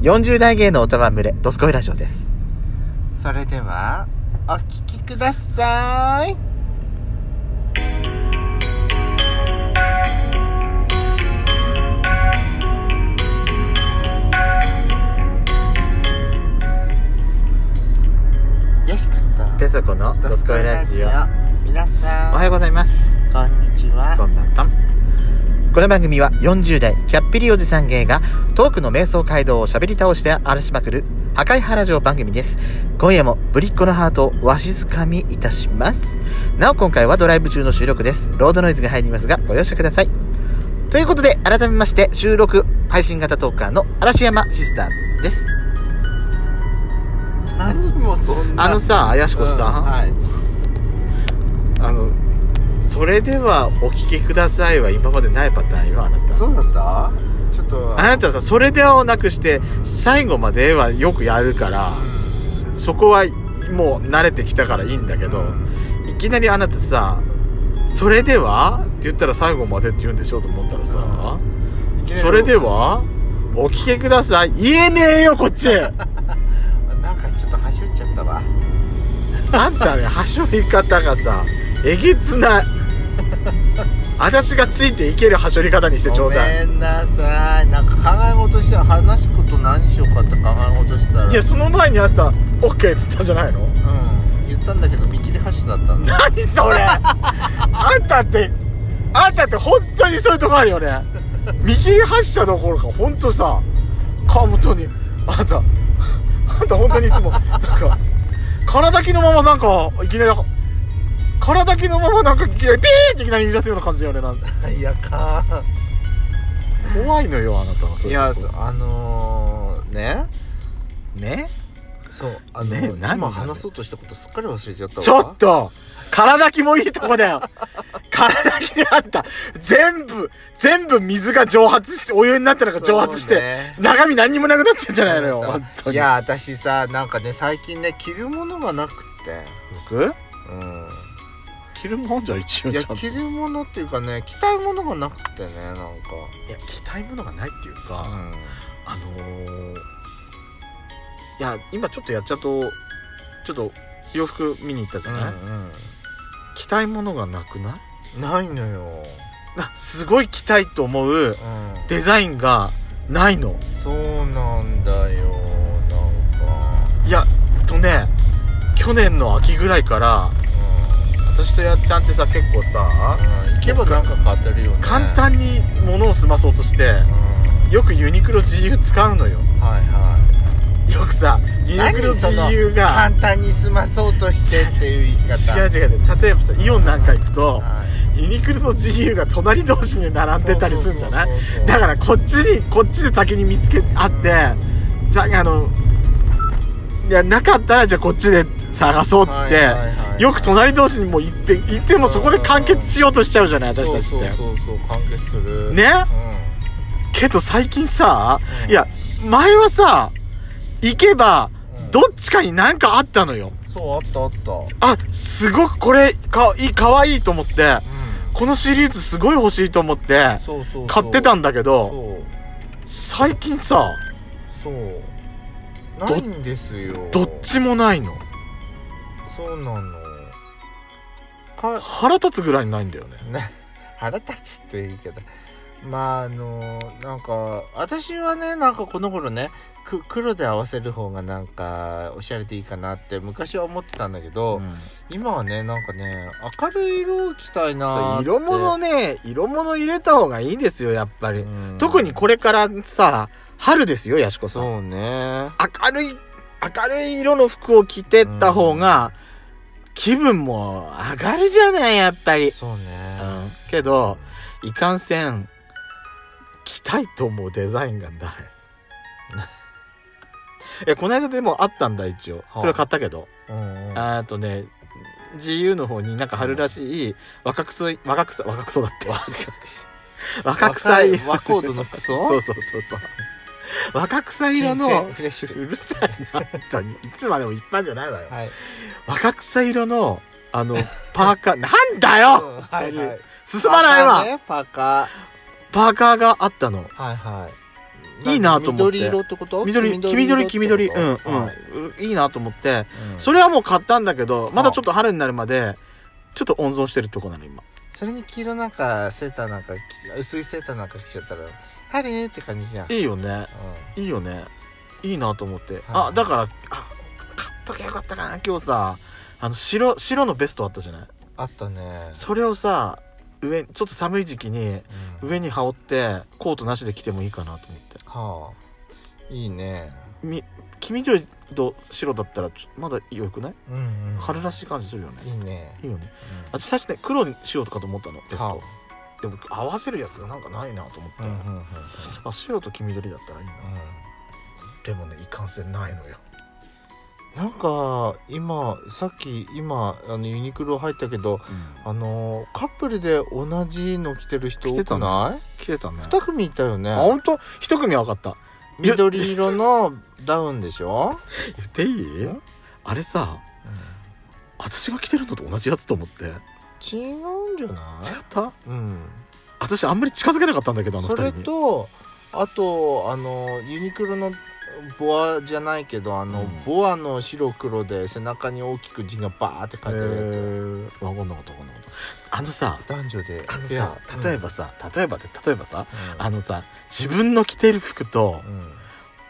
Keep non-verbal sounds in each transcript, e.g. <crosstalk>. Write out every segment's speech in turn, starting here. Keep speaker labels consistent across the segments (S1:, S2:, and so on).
S1: 40代芸のおたわむれ、ドスコイラジオです。
S2: それではお聞きくださいよしかった
S1: ペソコのドスコイラジオ。
S2: 皆さん
S1: おはようございます。
S2: こんにちは
S1: こんばんは。この番組は40代キャッピリおじさん芸がトークの瞑想街道を喋り倒して荒らしまくる破壊原城番組です。今夜もぶりっ子のハートをわしづかみいたします。なお今回はドライブ中の収録です。ロードノイズが入りますがご容赦ください。ということで改めまして収録配信型トーカーの嵐山シスターズです。
S2: 何もそんな
S1: あのさ、やしこさ
S2: うん
S1: ん、
S2: はい
S1: あの、それではお聞きくださいは今までないパターンよ、あなた。
S2: そうだったちょっと
S1: あなたさ、それでをなくして、最後まではよくやるから、そこはもう慣れてきたからいいんだけ
S2: け
S1: ど、いきなりあなたさ、それではって言ったら最後までって言うんでしょうと思ったらさ、それではお聞きください。言えねえよ、こっちあ
S2: なんかちょっと走っちゃったわ
S1: んたね、はしょり方がさ、えげつない。私がついていけるはしょり方にしてちょうだい。
S2: ごめんなさいなんか考え事して話すこと何しようかって考え事してたら
S1: いや、その前にあった、OK っつったんじゃないの
S2: うん言ったんだけど見切り発車だったんだ
S1: 何それあんたってあんたって本当にそういうとこあるよね見切り発車どころか本当さ川本にあんたあんた本当にいつもなんか空だきのままなんかいきなり空だきのままなんかいきなりピーっていきなり言い出すような感じだよねなんて
S2: いやか
S1: 怖いのよあなたはそ
S2: いうや
S1: うとこ
S2: そあのー、ね
S1: ね
S2: そうあの
S1: ね何な
S2: 今
S1: んだよ
S2: 話そうとしたことすっかり忘れちゃったわ
S1: ちょっと空だきもいいとこだよ <laughs> 空だきであった全部全部水が蒸発してお湯になったのが蒸発して、
S2: そうね
S1: 中身何にもなくなっちゃうんじゃないのよ本当に
S2: いや私さなんかね最近ね着るものがなくって
S1: 僕
S2: うん
S1: 着るもんじゃ一応
S2: い
S1: ちゃ
S2: や
S1: んとい
S2: 着るものっていうかね着たいものがなくてねなんか
S1: や着たいものがないっていう
S2: う
S1: か、
S2: ん
S1: あのー、いや今ちょっとやっちゃうとちょっと洋服見に行ったじゃない、
S2: うん
S1: 着たいものがなくない <laughs>
S2: うんないのよ
S1: なすごい着たいと思う
S2: うん
S1: デザインがないの
S2: そうなんだよなんか
S1: いやとね去年の秋ぐらいから
S2: う
S1: 私とやっちゃんってさ結構さ
S2: ん、うん、行けばなんか買ってるよね
S1: 簡単に物を済まそうとして
S2: うん
S1: よくユニクロ GU 使うのよ
S2: はいは
S1: よくさユ
S2: い
S1: ニクロ
S2: 何その
S1: GU が
S2: 簡単に済まそうとしてっていう言い方
S1: 違う違う違う例えばさイオンなんか行くと
S2: は
S1: ユニクロと GU が隣同士で
S2: い
S1: 並んでたりするんじゃない
S2: そうそうそうそう
S1: だからこっちにこっちで先に見つけあってさあのいやなかったらじゃあこっちで探そうっつって、
S2: はいはいはいはい
S1: よく隣同士にもう行って行ってもそこで完結しようとしちゃうじゃない私たちって
S2: そうそうそうそう関係する
S1: ね
S2: う
S1: けど最近さ、
S2: うん
S1: いや前はさ行けば
S2: うん
S1: どっちかになんかあったのよ
S2: んそうあったあったうん
S1: あすごくこれかいいかわいいと思ってこのシリーズすごい欲しいと思って
S2: そうそうそう
S1: 買ってたんだけど
S2: そう
S1: 最近さ
S2: そうないんですよ
S1: どっちもないの
S2: そうなのか
S1: 腹立つぐらいないんだよね
S2: な <laughs> 腹立つって言うけどまああのなんか私はねなんかこの頃ねく黒で合わせる方がなんかおしゃれでいいかなって昔は思ってたんだけど、今はねなんかね明るい色を着たいなーって
S1: 色物ね色物入れた方がいいですよやっぱり、
S2: うん
S1: 特にこれからさ春ですよやしこさん
S2: そうね
S1: 明るい、明るい色の服を着てった方が、気分も上がるじゃない、やっぱり。
S2: そうね
S1: うん。けど、いかんせん、着たいと思うデザインがない。 <laughs> え、この間でもあったんだ、一応。
S2: はあ
S1: それは買ったけど。
S2: うんうん
S1: あーとね、GU の方になんか春らしい、若くそい、若くそ、若くそだって。若くさい。
S2: 若い和コードのクソ
S1: そうそうそうそう。若草色
S2: 新
S1: の
S2: 鮮フレッシ
S1: う
S2: ュ
S1: るさいな、本 <laughs> 当に。いつまでも一般じゃないわよ。
S2: はい
S1: 若草色の、あの、パーカー、 <laughs> なんだよ、
S2: うんはいはい
S1: 進まない
S2: パーカ
S1: わ
S2: ーねパーカ
S1: パーカーがあったの。
S2: ーはいはい
S1: いいなと思って
S2: 緑色ってこと
S1: 緑、黄緑、黄緑、
S2: ってこ
S1: うん、
S2: と
S1: うん
S2: はい、
S1: いいなと思って、
S2: うん
S1: それはもう買ったんだけど、まだちょっと春になるまで、ちょっと温存してるとこなの、今。
S2: それに黄色なんかセーターなんか着薄いセーターなんか着ちゃったら「春って感じじゃん、うん、
S1: いいよね。いいよね。いいなと思って。
S2: はい
S1: あ、だから、あ、買っときゃよかったかな、今日さ。あの、白、白のベストあったじゃない
S2: あったね、
S1: それをさ、上、ちょっと寒い時期に、
S2: うん
S1: 上に羽織って、コートなしで着てもいいかなと思って。
S2: はあいいね
S1: み、黄緑と白だったら、ちょまだ良くない
S2: うん、うん、
S1: 春らしい感じするよね
S2: い。いね
S1: いいよね。
S2: うん
S1: 私最初ね、黒にしようとかと思ったの、ベス
S2: は
S1: ト。でも合わせるやつがなんかないなと思って、
S2: あうんうんうんうん
S1: あ白と黄緑だったらいいなでもねいかんせんないのよ
S2: なんか今さっき今あのユニクロ入ったけどあのカップルで同じの着てる人多
S1: 着てた
S2: く
S1: ね
S2: ない
S1: 来てたね
S2: 2組いたよ
S1: あ
S2: ね
S1: 本当一組は分かった
S2: 緑色のダウンでしょ、
S1: 言っていいあれさ私が着てるのと同じやつと思って違っ
S2: 違うんじゃない
S1: た
S2: うん
S1: 私あんまり近づけなかったんだけどあの二
S2: そ
S1: 人
S2: れ
S1: に
S2: とあとあのユニクロのボアじゃないけどあの、
S1: うん
S2: ボアの白黒で背中に大きく字がバーって書いてあるやつ、
S1: 分かんなかった分かんなかったあのさ
S2: 男女で
S1: あの
S2: ペ
S1: さ
S2: ア
S1: 例え、ばさ、例えばで例えばさ
S2: うんうん
S1: あのさ自分の着てる服と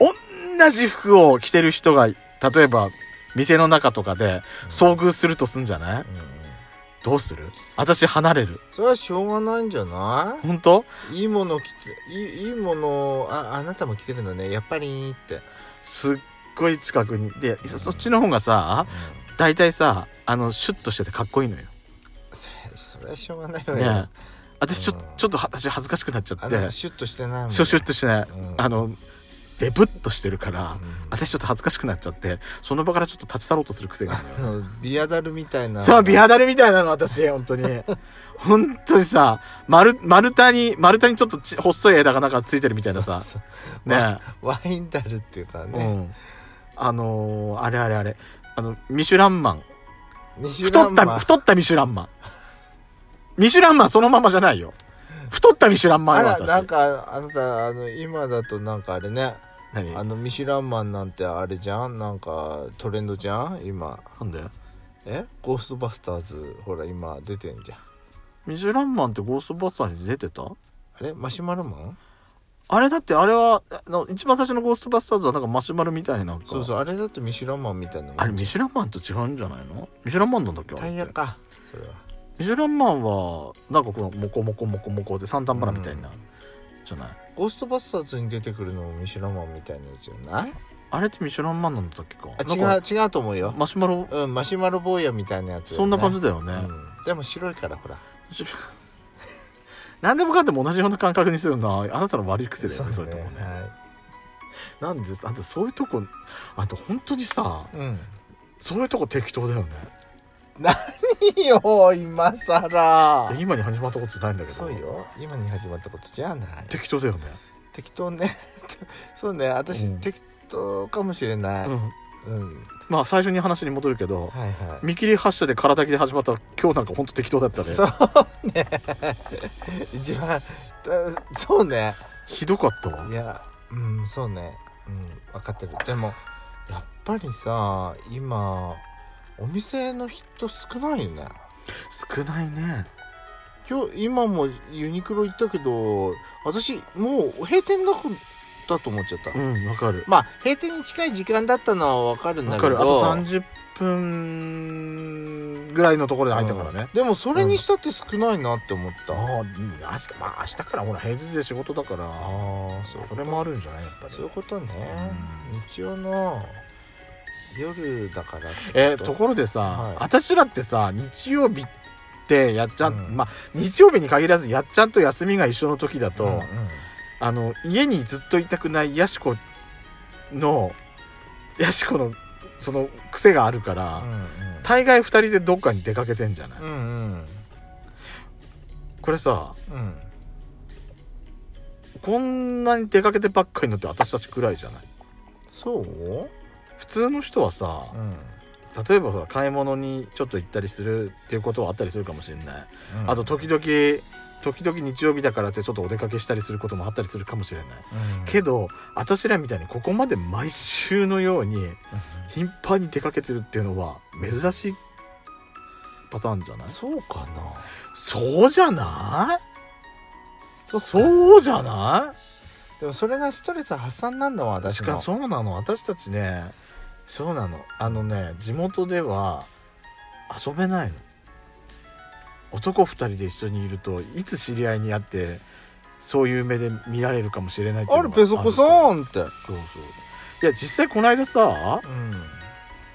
S2: うん
S1: 同じ服を着てる人が例えば店の中とかで遭遇するとすんじゃない
S2: うんうん
S1: どうする私離れる
S2: それはしょうがないんじゃな
S1: 本当
S2: いいいもの着ていいいいものああなたも着てるのねやっぱりって、
S1: すっごい近くにでそ
S2: うん
S1: そっちの方がさ
S2: うん
S1: 大体さあのシュッとしててかっこいいのよ
S2: それそれはしょうがないわよ、
S1: ねえ私ち
S2: う
S1: ょ
S2: ん
S1: ちょっとは私恥ずかしくなっちゃって
S2: あなたシュッとしてないもん、ね、
S1: シュシュッとしてね
S2: うん
S1: あのデブッとしてるか
S2: う
S1: ら
S2: ん
S1: 私ちょっと恥ずかしくなっちゃってその場からちょっと立ち去ろうとする癖があるの
S2: あ
S1: よ
S2: のビアダルみたいな
S1: そう、美肌るみたいなの、私、本
S2: <laughs>
S1: 当に。本当にさ、丸、丸太に、丸太にちょっとち細い枝がなんかついてるみたいな
S2: <laughs>
S1: さ。ね
S2: ワインダルっていうか
S1: え。
S2: ね、
S1: うん。あのー、あれあれあれ。あの、ミシュランマン。
S2: ミシュラ
S1: 太
S2: ンマ
S1: っ
S2: ン
S1: た、太ったミシュランマン。ミシュランマンそのままじゃないよ。太ったミシュランマ
S2: あ
S1: ンよ、
S2: ら
S1: 私。
S2: なんかあなたあの今だとなんかあれね
S1: 何
S2: あのミシュランマンなんてあれじゃんなんかトレンドじゃん今
S1: なんで
S2: えゴーストバスターズほら今出てんじゃん
S1: ミシュランマンってゴーストバスターに出てた
S2: あれマシュマロマン
S1: あれだってあれは、あの一番最初のゴーストバスターズはなんかマシュマロみたいななんか。
S2: そうそうあれだとミシュランマンみたいなもん
S1: あれミシュランマンと違うんじゃないのミシュランマンなんだっけあれっ
S2: タ
S1: て
S2: イヤかそれは
S1: ミシュランマンはなんかこのモコモコモコモコで三段バラみたいな、じゃない
S2: ゴーストバスターズに出てくるのもミシュランマンみたいなやつじゃない
S1: あれってミシュランマンなんだっけかな
S2: あ
S1: んか
S2: 違う違うと思うよ、
S1: マシュマロ
S2: うんマシュマロ坊やみたいなやつよね、
S1: そんな感じだよね、
S2: うん、でも白いからほら
S1: ミシュラン <laughs> 何でもかんでも同じような感覚にするのはあなたの悪い癖だよねそれともね、
S2: はい
S1: なんですあんたそういうとこあんた本当にさ
S2: うん
S1: そういうとこ適当だよね
S2: いいよ今更
S1: え今に始まったことじゃないんだけど
S2: そうよ今に始まったことじゃない
S1: 適当だよね、
S2: 適当ね <laughs> そうね私、
S1: うん
S2: 適当かもしれない、う
S1: うんん、まあ最初に話に戻るけど、
S2: はいはい
S1: 見切り発車で空炊きで始まった今日なんか本当適当だったね
S2: そうね <laughs> 一番だそうね
S1: ひどかったわ
S2: いやうんそうねうん分かってるでもやっぱりさ今お店の人少ないよね
S1: 少ないね
S2: 今日今もユニクロ行ったけど私もう閉店だこだと思っちゃった
S1: うんわかる
S2: まあ閉店に近い時間だったのは分かるんだ
S1: わ
S2: け
S1: か
S2: ど
S1: るあと30分ぐらいのところで入ったからね、
S2: でもそれにしたって少ないなって思った、あ
S1: あうん明日まあ明日からほら平日で仕事だから
S2: あそう
S1: それもあるんじゃないやっぱ
S2: そうい
S1: り
S2: うことね、
S1: うん
S2: 日曜の夜だから
S1: えーと
S2: ろ
S1: ころでさ、
S2: はい
S1: 私らってさ日曜日ってやっちゃん、
S2: うん
S1: まあ日曜日に限らずやっちゃんと休みが一緒の時だと、あの家にずっといたくないやしこのやしこのその癖があるから、大概2人でどっかに出かけてんじゃない、
S2: うんうん
S1: これさ
S2: うん
S1: こんなに出かけてばっかりのって私たちくらいじゃない
S2: そう、
S1: 普通の人はさ
S2: うんうん
S1: 例えばほら買い物にちょっと行ったりするっていうことはあったりするかもしれない、あと時々時々日曜日だからってちょっとお出かけしたりすることもあったりするかもしれない
S2: うん
S1: けど私らみたいにここまで毎週のように頻繁に出かけてるっていうのは珍しいパターンじゃない
S2: そうかな
S1: そうじゃない
S2: そっか
S1: そうじゃない
S2: でもそれがストレス発散なんだわ私
S1: 確か
S2: の
S1: にそうなの私たちねそうなのあのね地元では遊べないの男2人で一緒にいるといつ知り合いに会ってそういう目で見られるかもしれないっていう
S2: あ
S1: の
S2: れ
S1: が
S2: ペソコ
S1: あ
S2: さ
S1: る
S2: んって
S1: そうそういや実際この間さ
S2: うん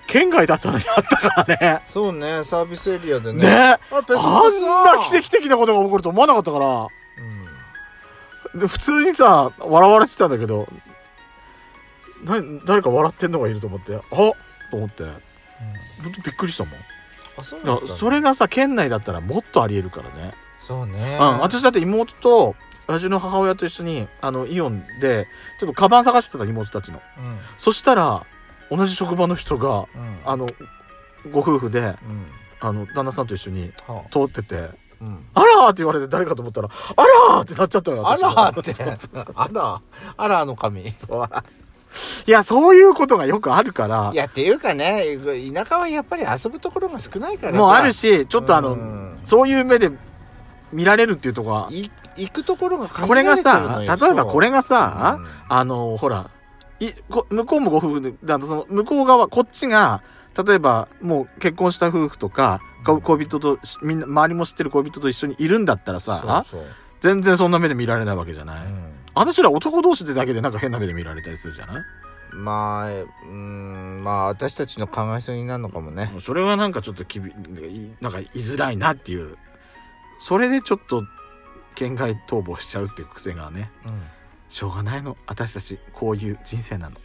S1: 県外だったのにあったから
S2: そうねサービスエリアで
S1: ね
S2: ね
S1: ね
S2: あれペソコさん
S1: あんな奇跡的なことが起こると思わなかったから
S2: うん
S1: で普通にさ笑われてたんだけどな誰か笑ってんのがいると思ってあっと思って本当びっくりしたもん
S2: あそう
S1: だ
S2: な
S1: か
S2: んだ
S1: らそれがさ県内だったらもっとありえるからね、
S2: そうね
S1: うん、私だって妹と私の母親と一緒にあのイオンでちょっとカバン探してたの妹たちの
S2: うん
S1: そしたら同じ職場の人が
S2: うん
S1: あのご夫婦で
S2: うん
S1: あの旦那さんと一緒に
S2: は
S1: 通ってて
S2: あうん
S1: 「あら!」って言われて誰かと思ったら「あら!」ってなっちゃったのよ
S2: あ
S1: 私も
S2: らーって
S1: そうそうそう
S2: あらあらの髪
S1: いやそういうことがよくあるから
S2: いやっていうかね田舎はやっぱり遊ぶところが少ないからさ
S1: もうあるしちょっとあ
S2: う
S1: の
S2: ん
S1: そういう目で見られるっていうとこが
S2: い行くところが限
S1: これ
S2: ら
S1: が
S2: れてるの
S1: さ
S2: よ
S1: 例えばこれが
S2: う
S1: さ、
S2: ん
S1: あのほらいこ向こうもご夫婦でだとその向こう側こっちが例えばもう結婚した夫婦とかこ恋人としみんな周りも知ってる恋人と一緒にいるんだったらさ
S2: そうそう
S1: 全然そんな目で見られないわけじゃな
S2: う
S1: い、私ら男同士でだけでなんか変な目で見られたりするじゃない
S2: んまあうんまあ私たちの考えすぎなのかもね
S1: それはなんかちょっときびいなんか居づらいなっていうそれでちょっと県外逃亡しちゃうっていう癖がねしょうがないの私たちこういう人生なの